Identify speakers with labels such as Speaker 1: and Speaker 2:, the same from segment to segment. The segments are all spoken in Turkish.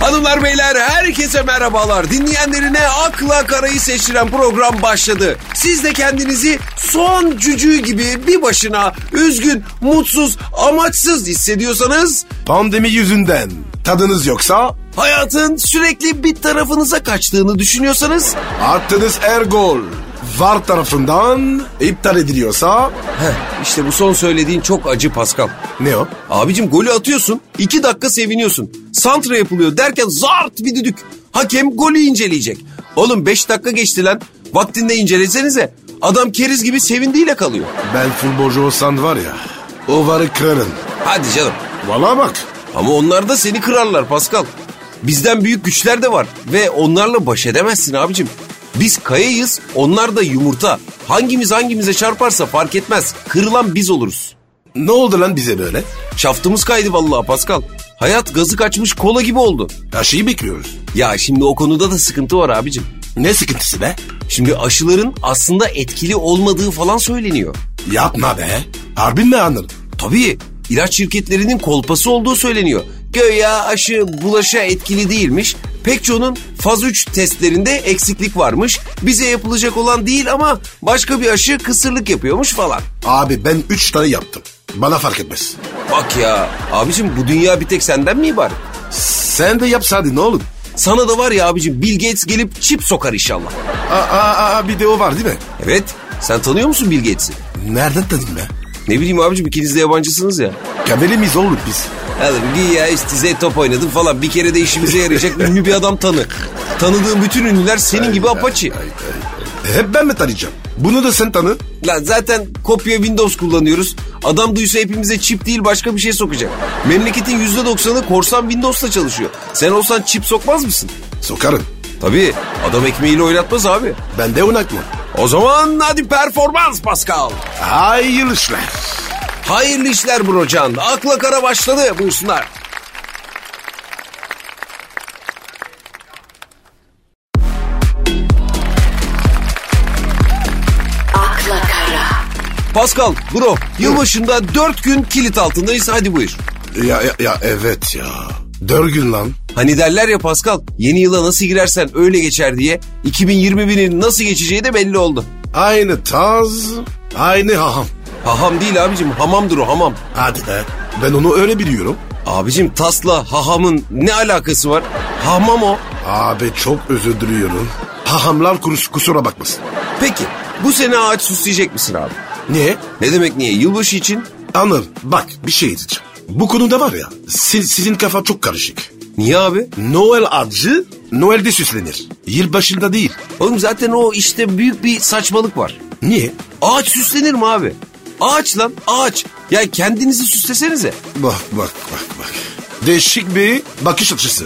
Speaker 1: Hanımlar beyler herkese merhabalar. Dinleyenlerine akla karayı seçtiren program başladı. Siz de kendinizi soğan cücüğü gibi bir başına üzgün, mutsuz, amaçsız hissediyorsanız
Speaker 2: Pandemi yüzünden tadınız yoksa
Speaker 1: hayatın sürekli bir tarafınıza kaçtığını düşünüyorsanız
Speaker 2: attığınız er gol VAR tarafından iptal ediliyorsa
Speaker 1: heh, işte bu son söylediğin çok acı Pascal.
Speaker 2: ne o?
Speaker 1: Abicim golü atıyorsun, iki dakika seviniyorsun. Santra yapılıyor derken zart bir düdük. Hakem golü inceleyecek. Oğlum beş dakika geçti lan. Vaktinde incelesenize. Adam keriz gibi sevindiğiyle kalıyor.
Speaker 2: Ben futbolcu olsan var ya o varı kırarım.
Speaker 1: Hadi canım.
Speaker 2: Valla bak
Speaker 1: Ama onlar da seni kırarlar Pascal. Bizden büyük güçler de var ve onlarla baş edemezsin abicim. Biz kayayız, onlar da yumurta. Hangimiz hangimize çarparsa fark etmez. Kırılan biz oluruz.
Speaker 2: ne oldu lan bize böyle?
Speaker 1: Şaftımız kaydı vallahi Pascal. Hayat gazı kaçmış kola gibi oldu.
Speaker 2: Aşıyı bekliyoruz.
Speaker 1: Ya şimdi o konuda da sıkıntı var abicim.
Speaker 2: Ne sıkıntısı be?
Speaker 1: Şimdi aşıların aslında etkili olmadığı falan söyleniyor.
Speaker 2: Yapma be. Harbin mi anladın?
Speaker 1: Tabii ilaç şirketlerinin kolpası olduğu söyleniyor. Göya aşı bulaşa etkili değilmiş. Pek çoğunun faz 3 testlerinde eksiklik varmış. Bize yapılacak olan değil ama başka bir aşı kısırlık yapıyormuş falan.
Speaker 2: Abi ben üç tane yaptım. Bana fark etmez.
Speaker 1: Bak ya abicim bu dünya bir tek senden mi ibaret?
Speaker 2: Sen de yapsaydın oğlum.
Speaker 1: Sana da var ya abicim Bill Gates gelip çip sokar inşallah.
Speaker 2: Aa, aa, aa, bir de o var değil mi?
Speaker 1: Evet sen tanıyor musun Bill Gates'i?
Speaker 2: Nereden tanıdın be?
Speaker 1: Ne bileyim abicim ikiniz de yabancısınız ya.
Speaker 2: Kameli miyiz oğlum biz?
Speaker 1: Oğlum giy ya işte Z top oynadım falan bir kere de işimize yarayacak ünlü bir adam tanı. Tanıdığım bütün ünlüler senin gibi apaçı.
Speaker 2: Hep ben mi tanıyacağım? Bunu da sen tanı.
Speaker 1: Lan zaten kopya Windows kullanıyoruz. Adam duysa hepimize çip değil başka bir şey sokacak. Memleketin %90'ı korsan Windows'la çalışıyor. Sen olsan çip sokmaz mısın?
Speaker 2: Sokarım.
Speaker 1: Tabii adam ekmeğiyle oynatmaz abi.
Speaker 2: Ben de oynatma.
Speaker 1: O zaman hadi performans Pascal.
Speaker 2: Hayırlı işler.
Speaker 1: Hayırlı işler Brocan. Akla kara başladı buyursunlar.
Speaker 3: akla kara,
Speaker 1: Pascal, bro, yılbaşında 4 gün kilit altındayız hadi buyur.
Speaker 2: Ya, ya, ya evet ya. Dört gün lan.
Speaker 1: Hani derler ya Pascal yeni yıla nasıl girersen öyle geçer diye 2021'in nasıl geçeceği de belli oldu.
Speaker 2: Aynı taz, aynı haham.
Speaker 1: Haham değil abicim hamamdır o hamam.
Speaker 2: Hadi be. Ben onu öyle biliyorum.
Speaker 1: Abicim tasla hahamın ne alakası var? Hamam o.
Speaker 2: Abi çok özür diliyorum. Hahamlar kus- kusura bakmasın.
Speaker 1: Peki bu sene ağaç süsleyecek misin abi?
Speaker 2: Niye?
Speaker 1: Ne demek niye? Yılbaşı için?
Speaker 2: Anır bak bir şey diyeceğim. Bu konuda var ya si- sizin kafa çok karışık.
Speaker 1: Niye abi?
Speaker 2: Noel acı Noel'de süslenir. Yılbaşında değil.
Speaker 1: Oğlum zaten o işte büyük bir saçmalık var.
Speaker 2: Niye?
Speaker 1: Ağaç süslenir mi abi? Ağaç lan ağaç. Ya kendinizi süslesenize.
Speaker 2: Bak bak bak bak. Değişik bir bakış açısı.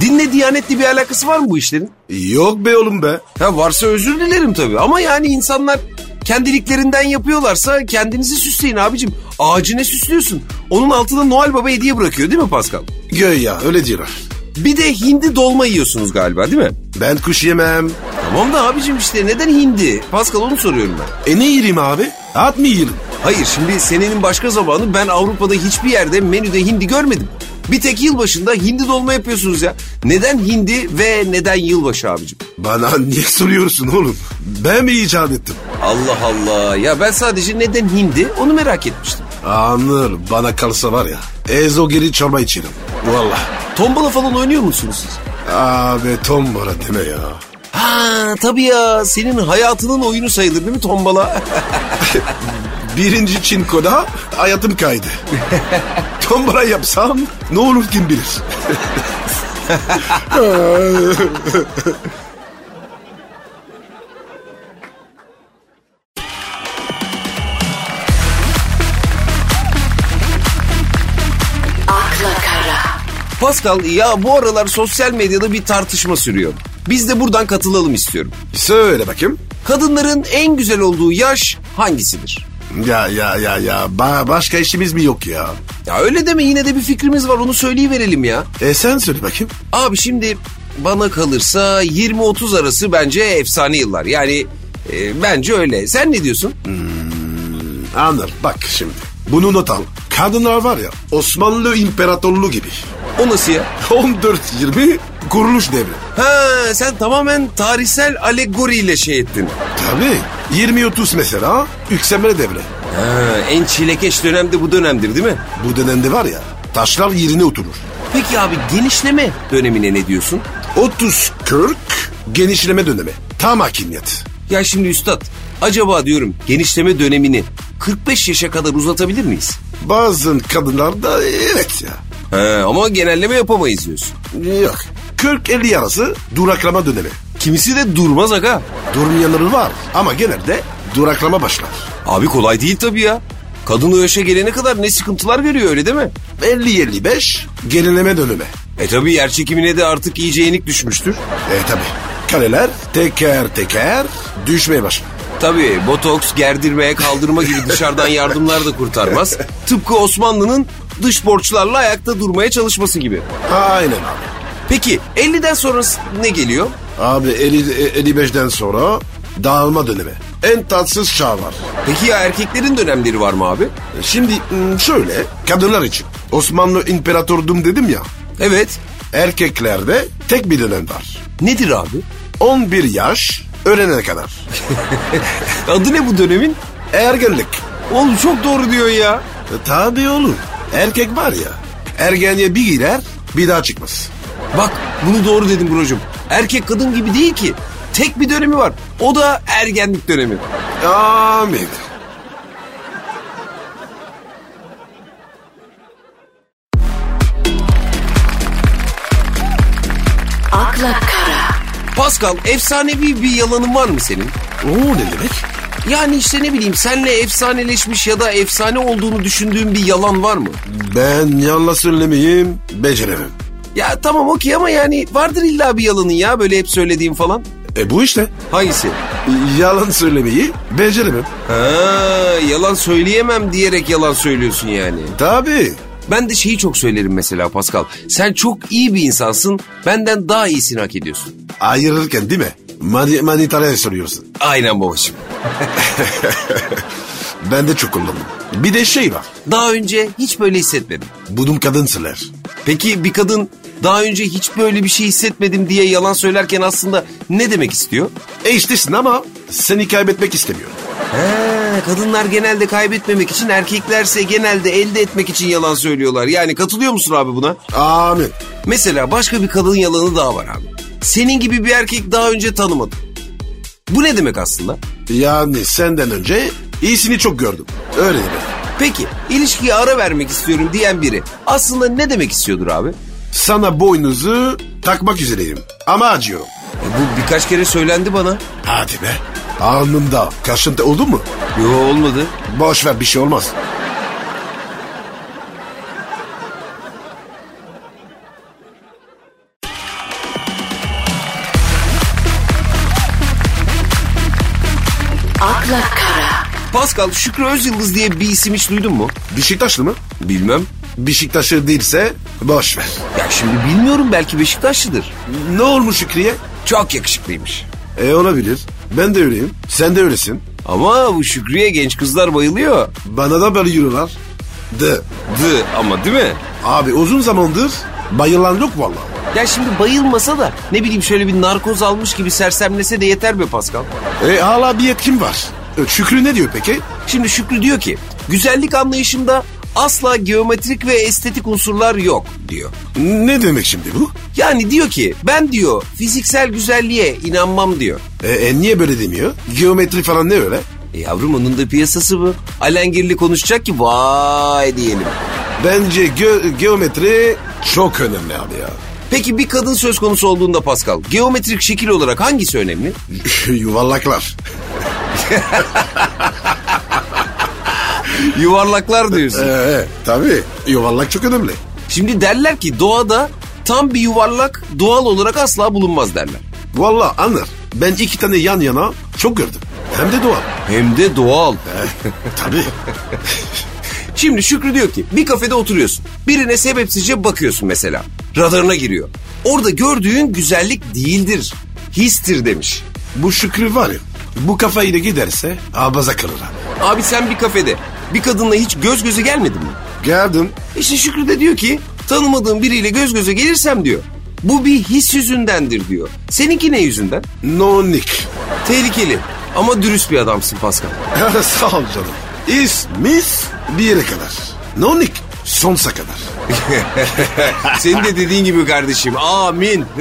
Speaker 1: Dinle diyanetli bir alakası var mı bu işlerin?
Speaker 2: Yok be oğlum be.
Speaker 1: Ha varsa özür dilerim tabii ama yani insanlar kendiliklerinden yapıyorlarsa kendinizi süsleyin abicim. Ağacı ne süslüyorsun? Onun altına Noel Baba hediye bırakıyor değil mi Pascal?
Speaker 2: Göy ya öyle diyorlar.
Speaker 1: Bir de hindi dolma yiyorsunuz galiba değil mi?
Speaker 2: Ben kuş yemem.
Speaker 1: Tamam da abicim işte neden hindi? Pascal onu soruyorum ben.
Speaker 2: E ne yiyeyim abi? At mı yiyeyim?
Speaker 1: Hayır şimdi senenin başka zamanı ben Avrupa'da hiçbir yerde menüde hindi görmedim. Bir tek yılbaşında hindi dolma yapıyorsunuz ya. Neden hindi ve neden yılbaşı abicim?
Speaker 2: Bana niye soruyorsun oğlum? Ben mi icat ettim?
Speaker 1: Allah Allah ya ben sadece neden hindi onu merak etmiştim.
Speaker 2: Anır bana kalsa var ya. Ezo geri çorba içerim. Vallahi.
Speaker 1: Tombala falan oynuyor musunuz siz?
Speaker 2: Abi tombora deme ya.
Speaker 1: Ha tabii ya senin hayatının oyunu sayılır değil mi tombala?
Speaker 2: Birinci çinkoda hayatım kaydı. tombora yapsam ne olur kim bilir.
Speaker 3: akla kara,
Speaker 1: Pascal ya bu aralar sosyal medyada bir tartışma sürüyor. Biz de buradan katılalım istiyorum.
Speaker 2: Söyle bakayım.
Speaker 1: Kadınların en güzel olduğu yaş hangisidir?
Speaker 2: Ya ya ya ya ba- başka işimiz mi yok ya?
Speaker 1: Ya öyle deme yine de bir fikrimiz var onu söyleyiverelim ya.
Speaker 2: E sen söyle bakayım.
Speaker 1: Abi şimdi bana kalırsa 20-30 arası bence efsane yıllar. Yani e, bence öyle. Sen ne diyorsun?
Speaker 2: Anır bak şimdi. Bunu not al. Kadınlar var ya Osmanlı İmparatorluğu gibi.
Speaker 1: O nasıl ya?
Speaker 2: 14-20 kuruluş devri.
Speaker 1: Ha sen tamamen tarihsel alegoriyle şey ettin.
Speaker 2: Tabii. 20-30 mesela yükselme devre.
Speaker 1: Ha, en çilekeş dönem de bu dönemdir değil mi?
Speaker 2: Bu dönemde var ya taşlar yerine oturur.
Speaker 1: Peki abi genişleme dönemine ne diyorsun?
Speaker 2: 30-40 genişleme dönemi. Tam hakimiyet.
Speaker 1: Ya şimdi üstad acaba diyorum genişleme dönemini 45 yaşa kadar uzatabilir miyiz?
Speaker 2: Bazı kadınlarda evet ya.
Speaker 1: He, ama genelleme yapamayız diyorsun.
Speaker 2: Yok. 40-50 arası duraklama dönemi.
Speaker 1: Kimisi de durmaz aga.
Speaker 2: Durmayanları var ama genelde duraklama başlar.
Speaker 1: Abi kolay değil tabii ya. Kadın o yaşa gelene kadar ne sıkıntılar görüyor öyle değil mi?
Speaker 2: 50-55 gerileme dönemi.
Speaker 1: E tabii yer çekimine de artık iyice yenik düşmüştür.
Speaker 2: E tabi. Kaleler teker teker düşmeye başlar.
Speaker 1: Tabii botoks, gerdirmeye, kaldırma gibi dışarıdan yardımlar da kurtarmaz. Tıpkı Osmanlı'nın dış borçlarla ayakta durmaya çalışması gibi.
Speaker 2: Aynen abi.
Speaker 1: Peki 50'den sonrası ne geliyor?
Speaker 2: Abi 50, e, 55'den sonra dağılma dönemi. En tatsız çağ var. E,
Speaker 1: Peki ya erkeklerin dönemleri var mı abi?
Speaker 2: Şimdi m, şöyle kadınlar için. Osmanlı İmperatordum dedim ya.
Speaker 1: Evet.
Speaker 2: Erkeklerde tek bir dönem var.
Speaker 1: Nedir abi?
Speaker 2: 11 yaş öğrenene kadar.
Speaker 1: Adı ne bu dönemin?
Speaker 2: Ergenlik.
Speaker 1: Oğlum çok doğru diyorsun ya.
Speaker 2: E, tabii oğlum. Erkek var ya. Ergenliğe bir girer bir daha çıkmaz.
Speaker 1: Bak bunu doğru dedim brocum. Erkek kadın gibi değil ki. Tek bir dönemi var. O da ergenlik dönemi.
Speaker 2: Amin.
Speaker 3: akla kara,
Speaker 1: Pascal efsanevi bir yalanın var mı senin?
Speaker 2: Oo ne demek?
Speaker 1: Yani işte ne bileyim senle efsaneleşmiş ya da efsane olduğunu düşündüğün bir yalan var mı?
Speaker 2: Ben yalan söylemeyeyim, beceremem.
Speaker 1: Ya tamam okey ama yani vardır illa bir yalanın ya böyle hep söylediğim falan.
Speaker 2: E bu işte.
Speaker 1: Hangisi?
Speaker 2: Yalan söylemeyi beceremem.
Speaker 1: Ha, yalan söyleyemem diyerek yalan söylüyorsun yani.
Speaker 2: Tabii.
Speaker 1: Ben de şeyi çok söylerim mesela Pascal. Sen çok iyi bir insansın. Benden daha iyisini hak ediyorsun.
Speaker 2: Ayırırken değil mi? Mani, manitaraya soruyorsun.
Speaker 1: Aynen babacığım.
Speaker 2: Ben de çok kullandım. Bir de şey var.
Speaker 1: Daha önce hiç böyle hissetmedim.
Speaker 2: Budum kadın söyler.
Speaker 1: Peki bir kadın daha önce hiç böyle bir şey hissetmedim diye yalan söylerken aslında ne demek istiyor?
Speaker 2: E iştesin ama seni kaybetmek istemiyor.
Speaker 1: He, kadınlar genelde kaybetmemek için erkeklerse genelde elde etmek için yalan söylüyorlar. Yani katılıyor musun abi buna?
Speaker 2: Amin.
Speaker 1: Mesela başka bir kadın yalanı daha var abi. Senin gibi bir erkek daha önce tanımadım. Bu ne demek aslında?
Speaker 2: Yani senden önce iyisini çok gördüm. Öyle demek.
Speaker 1: Peki ilişkiye ara vermek istiyorum diyen biri aslında ne demek istiyordur abi?
Speaker 2: Sana boynuzu takmak üzereyim. Ama acıyor.
Speaker 1: E, bu birkaç kere söylendi bana.
Speaker 2: Hadi be. Alnımda, kaşında oldu mu?
Speaker 1: Yo olmadı.
Speaker 2: Boş ver bir şey olmaz.
Speaker 3: akla kara,
Speaker 1: Pascal Şükrü Özyıldız diye bir isim hiç duydun mu?
Speaker 2: Beşiktaşlı mı?
Speaker 1: Bilmem.
Speaker 2: Beşiktaşlı değilse boş ver.
Speaker 1: Ya şimdi bilmiyorum belki Beşiktaşlıdır.
Speaker 2: Ne olmuş Şükriye?
Speaker 1: Çok yakışıklıymış.
Speaker 2: E olabilir. Ben de öyleyim. Sen de öylesin.
Speaker 1: Ama bu Şükrü'ye genç kızlar bayılıyor.
Speaker 2: Bana da böyle yürüyorlar. De.
Speaker 1: Dı ama değil mi?
Speaker 2: Abi uzun zamandır bayılan yok valla.
Speaker 1: Ya şimdi bayılmasa da ne bileyim şöyle bir narkoz almış gibi sersemlese de yeter be Pascal.
Speaker 2: E hala bir yetkim var. E, Şükrü ne diyor peki?
Speaker 1: Şimdi Şükrü diyor ki güzellik anlayışımda asla geometrik ve estetik unsurlar yok diyor.
Speaker 2: Ne demek şimdi bu?
Speaker 1: Yani diyor ki ben diyor fiziksel güzelliğe inanmam diyor.
Speaker 2: E, e, niye böyle demiyor? Geometri falan ne öyle?
Speaker 1: E yavrum onun da piyasası bu. Alengirli konuşacak ki vay diyelim.
Speaker 2: Bence gö- geometri çok önemli abi ya.
Speaker 1: Peki bir kadın söz konusu olduğunda Pascal geometrik şekil olarak hangisi önemli?
Speaker 2: Yuvarlaklar.
Speaker 1: Yuvarlaklar diyorsun.
Speaker 2: Ee, tabii. Yuvarlak çok önemli.
Speaker 1: Şimdi derler ki doğada tam bir yuvarlak doğal olarak asla bulunmaz derler.
Speaker 2: Valla anır. Ben iki tane yan yana çok gördüm. Hem de doğal.
Speaker 1: Hem de doğal.
Speaker 2: Tabii.
Speaker 1: Şimdi Şükrü diyor ki bir kafede oturuyorsun. Birine sebepsizce bakıyorsun mesela. Radarına giriyor. Orada gördüğün güzellik değildir. Histir demiş.
Speaker 2: Bu Şükrü var ya. Bu kafayla giderse abaza kalır abi.
Speaker 1: Abi sen bir kafede bir kadınla hiç göz göze gelmedin mi?
Speaker 2: Geldim.
Speaker 1: İşte Şükrü de diyor ki Tanımadığım biriyle göz göze gelirsem diyor. Bu bir his yüzündendir diyor. Seninki ne yüzünden?
Speaker 2: No Nick.
Speaker 1: Tehlikeli ama dürüst bir adamsın Pascal.
Speaker 2: Sağ ol canım. İsmif bir yere kadar. No Nick sonsuza kadar.
Speaker 1: Senin de dediğin gibi kardeşim. Amin.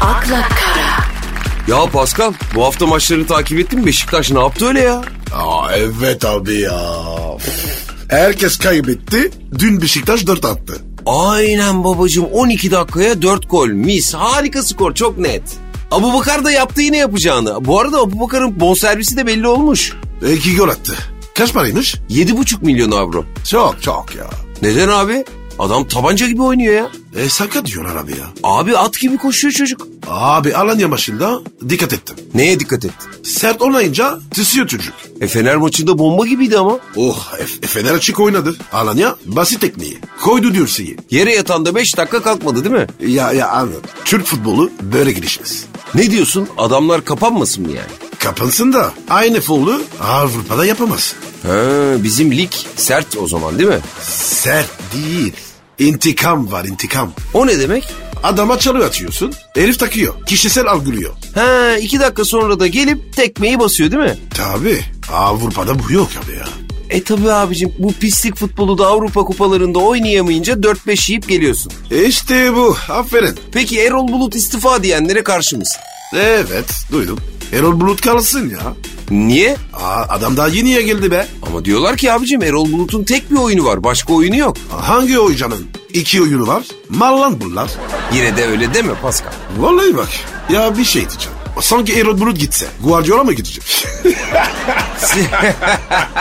Speaker 3: akla kara,
Speaker 1: ya Pascal bu hafta maçları takip ettin mi? Beşiktaş ne yaptı öyle ya?
Speaker 2: Aa, evet abi ya. Herkes kaybetti. Dün Beşiktaş dört attı.
Speaker 1: Aynen babacığım 12 dakikaya 4 gol mis harika skor çok net. Abu Bakar da yaptı yine yapacağını. Bu arada Abu Bakar'ın bonservisi de belli olmuş.
Speaker 2: İki gol attı. Kaç paraymış?
Speaker 1: 7,5 milyon avro.
Speaker 2: Çok çok ya.
Speaker 1: Neden abi? Adam tabanca gibi oynuyor ya.
Speaker 2: E sakat diyorlar abi ya.
Speaker 1: Abi at gibi koşuyor çocuk.
Speaker 2: Abi Alanya maçında dikkat ettim.
Speaker 1: Neye dikkat et?
Speaker 2: Sert oynayınca tısıyor çocuk.
Speaker 1: E Fener maçında bomba gibiydi ama.
Speaker 2: Oh e, Fener açık oynadı. Alanya basit tekniği. Koydu dirseği.
Speaker 1: Yere yatanda 5 dakika kalkmadı değil mi?
Speaker 2: Ya ya anladım. Türk futbolu böyle gelişmez.
Speaker 1: Ne diyorsun? Adamlar kapanmasın mı yani?
Speaker 2: Kapansın da aynı folu Avrupa'da yapamaz.
Speaker 1: He, bizim lig sert o zaman değil mi?
Speaker 2: Sert değil. İntikam var intikam.
Speaker 1: O ne demek?
Speaker 2: Adama çalı atıyorsun. Herif takıyor. Kişisel algılıyor.
Speaker 1: He, iki dakika sonra da gelip tekmeyi basıyor değil mi?
Speaker 2: Tabi Avrupa'da bu yok abi ya.
Speaker 1: E tabi abicim bu pislik futbolu da Avrupa kupalarında oynayamayınca 4-5 yiyip geliyorsun.
Speaker 2: İşte bu aferin.
Speaker 1: Peki Erol Bulut istifa diyenlere karşı mısın?
Speaker 2: Evet duydum. Erol Bulut kalsın ya.
Speaker 1: Niye?
Speaker 2: Aa, adam daha yeniye geldi be.
Speaker 1: Ama diyorlar ki abicim Erol Bulut'un tek bir oyunu var başka oyunu yok.
Speaker 2: Hangi oyuncanın iki oyunu var? Mallan bunlar.
Speaker 1: Yine de öyle deme Pascal.
Speaker 2: Vallahi bak ya bir şey diyeceğim. Sanki Erol Bulut gitse Guardiola mı gidecek?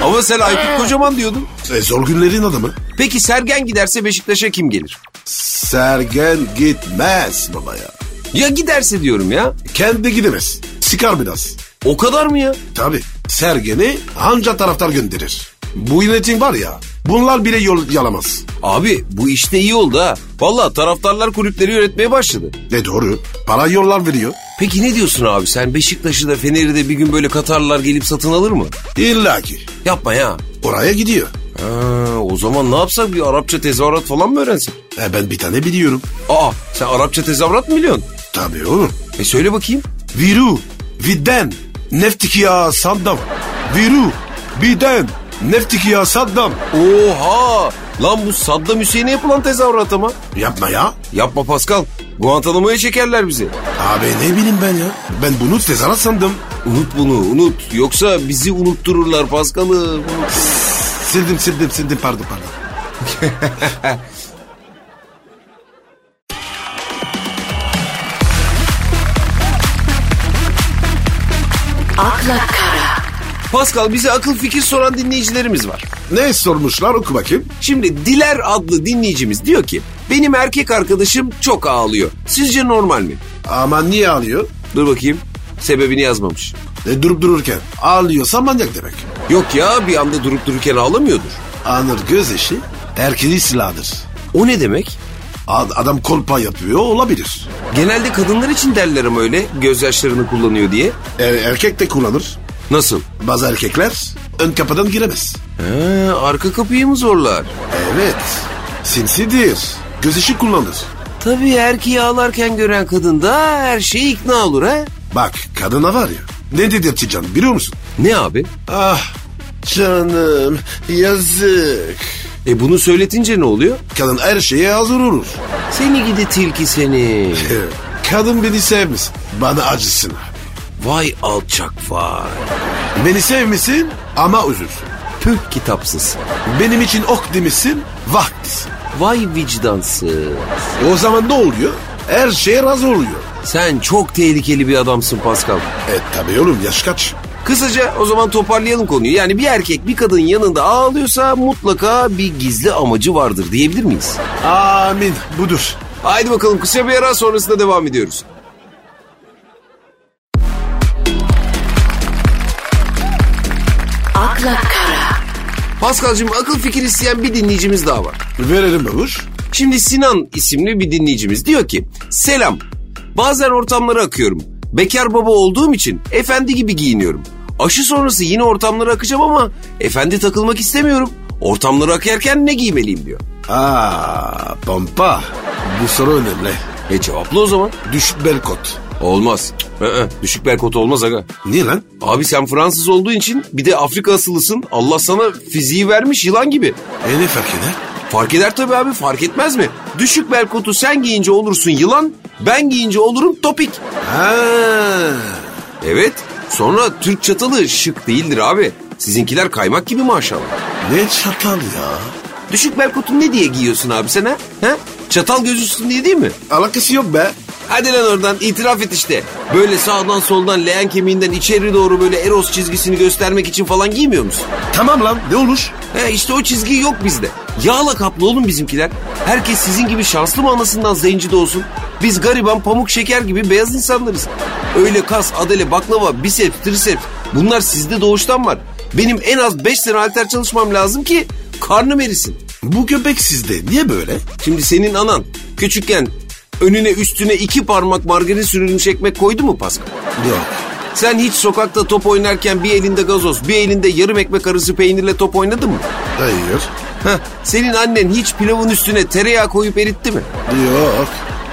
Speaker 1: Ama sen Aykut Kocaman diyordun.
Speaker 2: e, zor günlerin adamı.
Speaker 1: Peki Sergen giderse Beşiktaş'a kim gelir?
Speaker 2: Sergen gitmez baba ya.
Speaker 1: Ya giderse diyorum ya.
Speaker 2: Kendi gidemez. Sikar biraz.
Speaker 1: O kadar mı ya?
Speaker 2: Tabi Sergen'i anca taraftar gönderir. Bu yönetim var ya bunlar bile yol yalamaz.
Speaker 1: Abi bu işte iyi oldu ha. Valla taraftarlar kulüpleri yönetmeye başladı.
Speaker 2: Ne doğru para yollar veriyor.
Speaker 1: Peki ne diyorsun abi sen Beşiktaş'ı da Fener'i de bir gün böyle Katarlılar gelip satın alır mı?
Speaker 2: İlla ki
Speaker 1: Yapma ya.
Speaker 2: oraya gidiyor.
Speaker 1: Ha, o zaman ne yapsak bir Arapça tezahürat falan mı öğrensek?
Speaker 2: E, ben bir tane biliyorum.
Speaker 1: Aa sen Arapça tezahürat mı biliyorsun?
Speaker 2: Tabii oğlum.
Speaker 1: E söyle bakayım.
Speaker 2: Viru, viden, neftikiya saddam. Viru, biden, neftikiya saddam.
Speaker 1: Oha! Lan bu Saddam Hüseyin'e yapılan tezahürat ama.
Speaker 2: Yapma ya.
Speaker 1: Yapma Pascal. Guantanamo'ya çekerler bizi.
Speaker 2: Abi ne bileyim ben ya. Ben bunu tezahürat sandım.
Speaker 1: Unut bunu unut. Yoksa bizi unuttururlar Pascal'ı.
Speaker 2: Sildim sildim sildim pardon pardon.
Speaker 3: akla kara,
Speaker 1: Pascal bize akıl fikir soran dinleyicilerimiz var.
Speaker 2: Ne sormuşlar oku bakayım.
Speaker 1: Şimdi Diler adlı dinleyicimiz diyor ki benim erkek arkadaşım çok ağlıyor. Sizce normal mi?
Speaker 2: Ama niye ağlıyor?
Speaker 1: Dur bakayım. Sebebini yazmamış.
Speaker 2: E, durup dururken ağlıyorsa manyak demek.
Speaker 1: Yok ya bir anda durup dururken ağlamıyordur.
Speaker 2: Anır göz işi erkeğin silahıdır.
Speaker 1: O ne demek?
Speaker 2: Ad- adam kolpa yapıyor olabilir.
Speaker 1: Genelde kadınlar için derler ama öyle gözyaşlarını kullanıyor diye.
Speaker 2: E, erkek de kullanır.
Speaker 1: Nasıl?
Speaker 2: Bazı erkekler ön kapıdan giremez.
Speaker 1: He, arka kapıyı mı zorlar?
Speaker 2: Evet. Sinsidir. Göz işi kullanır.
Speaker 1: Tabii erkeği ağlarken gören kadın da her şeye ikna olur ha.
Speaker 2: Bak kadına var ya. Ne dedi Can biliyor musun?
Speaker 1: Ne abi?
Speaker 2: Ah canım yazık.
Speaker 1: E bunu söyletince ne oluyor?
Speaker 2: Kadın her şeye hazır olur.
Speaker 1: Seni gidi tilki seni.
Speaker 2: Evet. Kadın beni sevmesin. Bana acısın abi.
Speaker 1: Vay alçak vay.
Speaker 2: Beni sevmesin ama üzülsün.
Speaker 1: Püh kitapsız.
Speaker 2: Benim için ok demişsin, vah desin.
Speaker 1: Vay vicdansız.
Speaker 2: O zaman ne oluyor? Her şeye razı oluyor.
Speaker 1: Sen çok tehlikeli bir adamsın Pascal.
Speaker 2: E tabii oğlum yaş kaç?
Speaker 1: Kısaca o zaman toparlayalım konuyu. Yani bir erkek bir kadın yanında ağlıyorsa mutlaka bir gizli amacı vardır diyebilir miyiz?
Speaker 2: Amin budur.
Speaker 1: Haydi bakalım kısa bir ara sonrasında devam ediyoruz.
Speaker 3: akla kara,
Speaker 1: Paskal'cığım akıl fikir isteyen bir dinleyicimiz daha var.
Speaker 2: Verelim babuş.
Speaker 1: Şimdi Sinan isimli bir dinleyicimiz diyor ki Selam bazen ortamlara akıyorum. Bekar baba olduğum için efendi gibi giyiniyorum. Aşı sonrası yine ortamlara akacağım ama efendi takılmak istemiyorum. Ortamlara akarken ne giymeliyim diyor.
Speaker 2: Aa, pompa. Bu soru önemli.
Speaker 1: E cevaplı o zaman.
Speaker 2: Düşük bel kot.
Speaker 1: Olmaz. Ee, düşük bel kotu olmaz aga.
Speaker 2: Niye lan?
Speaker 1: Abi sen Fransız olduğun için bir de Afrika asıllısın. Allah sana fiziği vermiş yılan gibi.
Speaker 2: E ne fark eder?
Speaker 1: Fark eder tabii abi fark etmez mi? Düşük bel kotu sen giyince olursun yılan, ben giyince olurum topik.
Speaker 2: Ha,
Speaker 1: Evet sonra Türk çatalı şık değildir abi. Sizinkiler kaymak gibi maşallah.
Speaker 2: ne çatal ya.
Speaker 1: Düşük bel kotu ne diye giyiyorsun abi sen ha? ha? Çatal gözüksün diye değil mi?
Speaker 2: Alakası yok be.
Speaker 1: Hadi lan oradan itiraf et işte. Böyle sağdan soldan leğen kemiğinden içeri doğru böyle eros çizgisini göstermek için falan giymiyor musun?
Speaker 2: Tamam lan ne olur?
Speaker 1: He işte o çizgi yok bizde. Yağla kaplı oğlum bizimkiler. Herkes sizin gibi şanslı mı anasından zenci de olsun? Biz gariban pamuk şeker gibi beyaz insanlarız. Öyle kas, adele, baklava, biceps, triceps bunlar sizde doğuştan var. Benim en az 5 sene halter çalışmam lazım ki karnım erisin.
Speaker 2: Bu köpek sizde niye böyle?
Speaker 1: Şimdi senin anan küçükken önüne üstüne iki parmak margarin sürülmüş ekmek koydu mu Pascal?
Speaker 2: Yok.
Speaker 1: Sen hiç sokakta top oynarken bir elinde gazoz, bir elinde yarım ekmek arası peynirle top oynadın mı?
Speaker 2: Hayır.
Speaker 1: Heh, senin annen hiç pilavın üstüne tereyağı koyup eritti mi?
Speaker 2: Yok.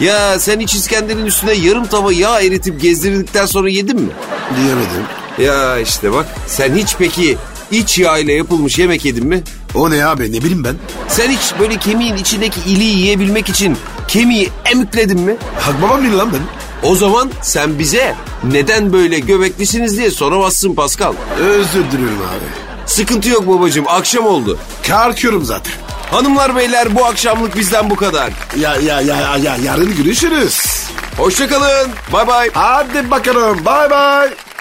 Speaker 1: Ya sen hiç İskender'in üstüne yarım tava yağ eritip gezdirdikten sonra yedin mi?
Speaker 2: Diyemedim.
Speaker 1: Ya işte bak sen hiç peki iç yağ ile yapılmış yemek yedin mi?
Speaker 2: O ne abi ne bileyim ben?
Speaker 1: Sen hiç böyle kemiğin içindeki iliği yiyebilmek için kemiği emükledin mi?
Speaker 2: Hak babam değil lan ben.
Speaker 1: O zaman sen bize neden böyle göbeklisiniz diye soramazsın Pascal.
Speaker 2: Özür dilerim abi.
Speaker 1: Sıkıntı yok babacığım akşam oldu.
Speaker 2: Kalkıyorum zaten.
Speaker 1: Hanımlar beyler bu akşamlık bizden bu kadar.
Speaker 2: Ya ya ya ya, ya yarın görüşürüz.
Speaker 1: Hoşçakalın. Bay bay.
Speaker 2: Hadi bakalım bay bay.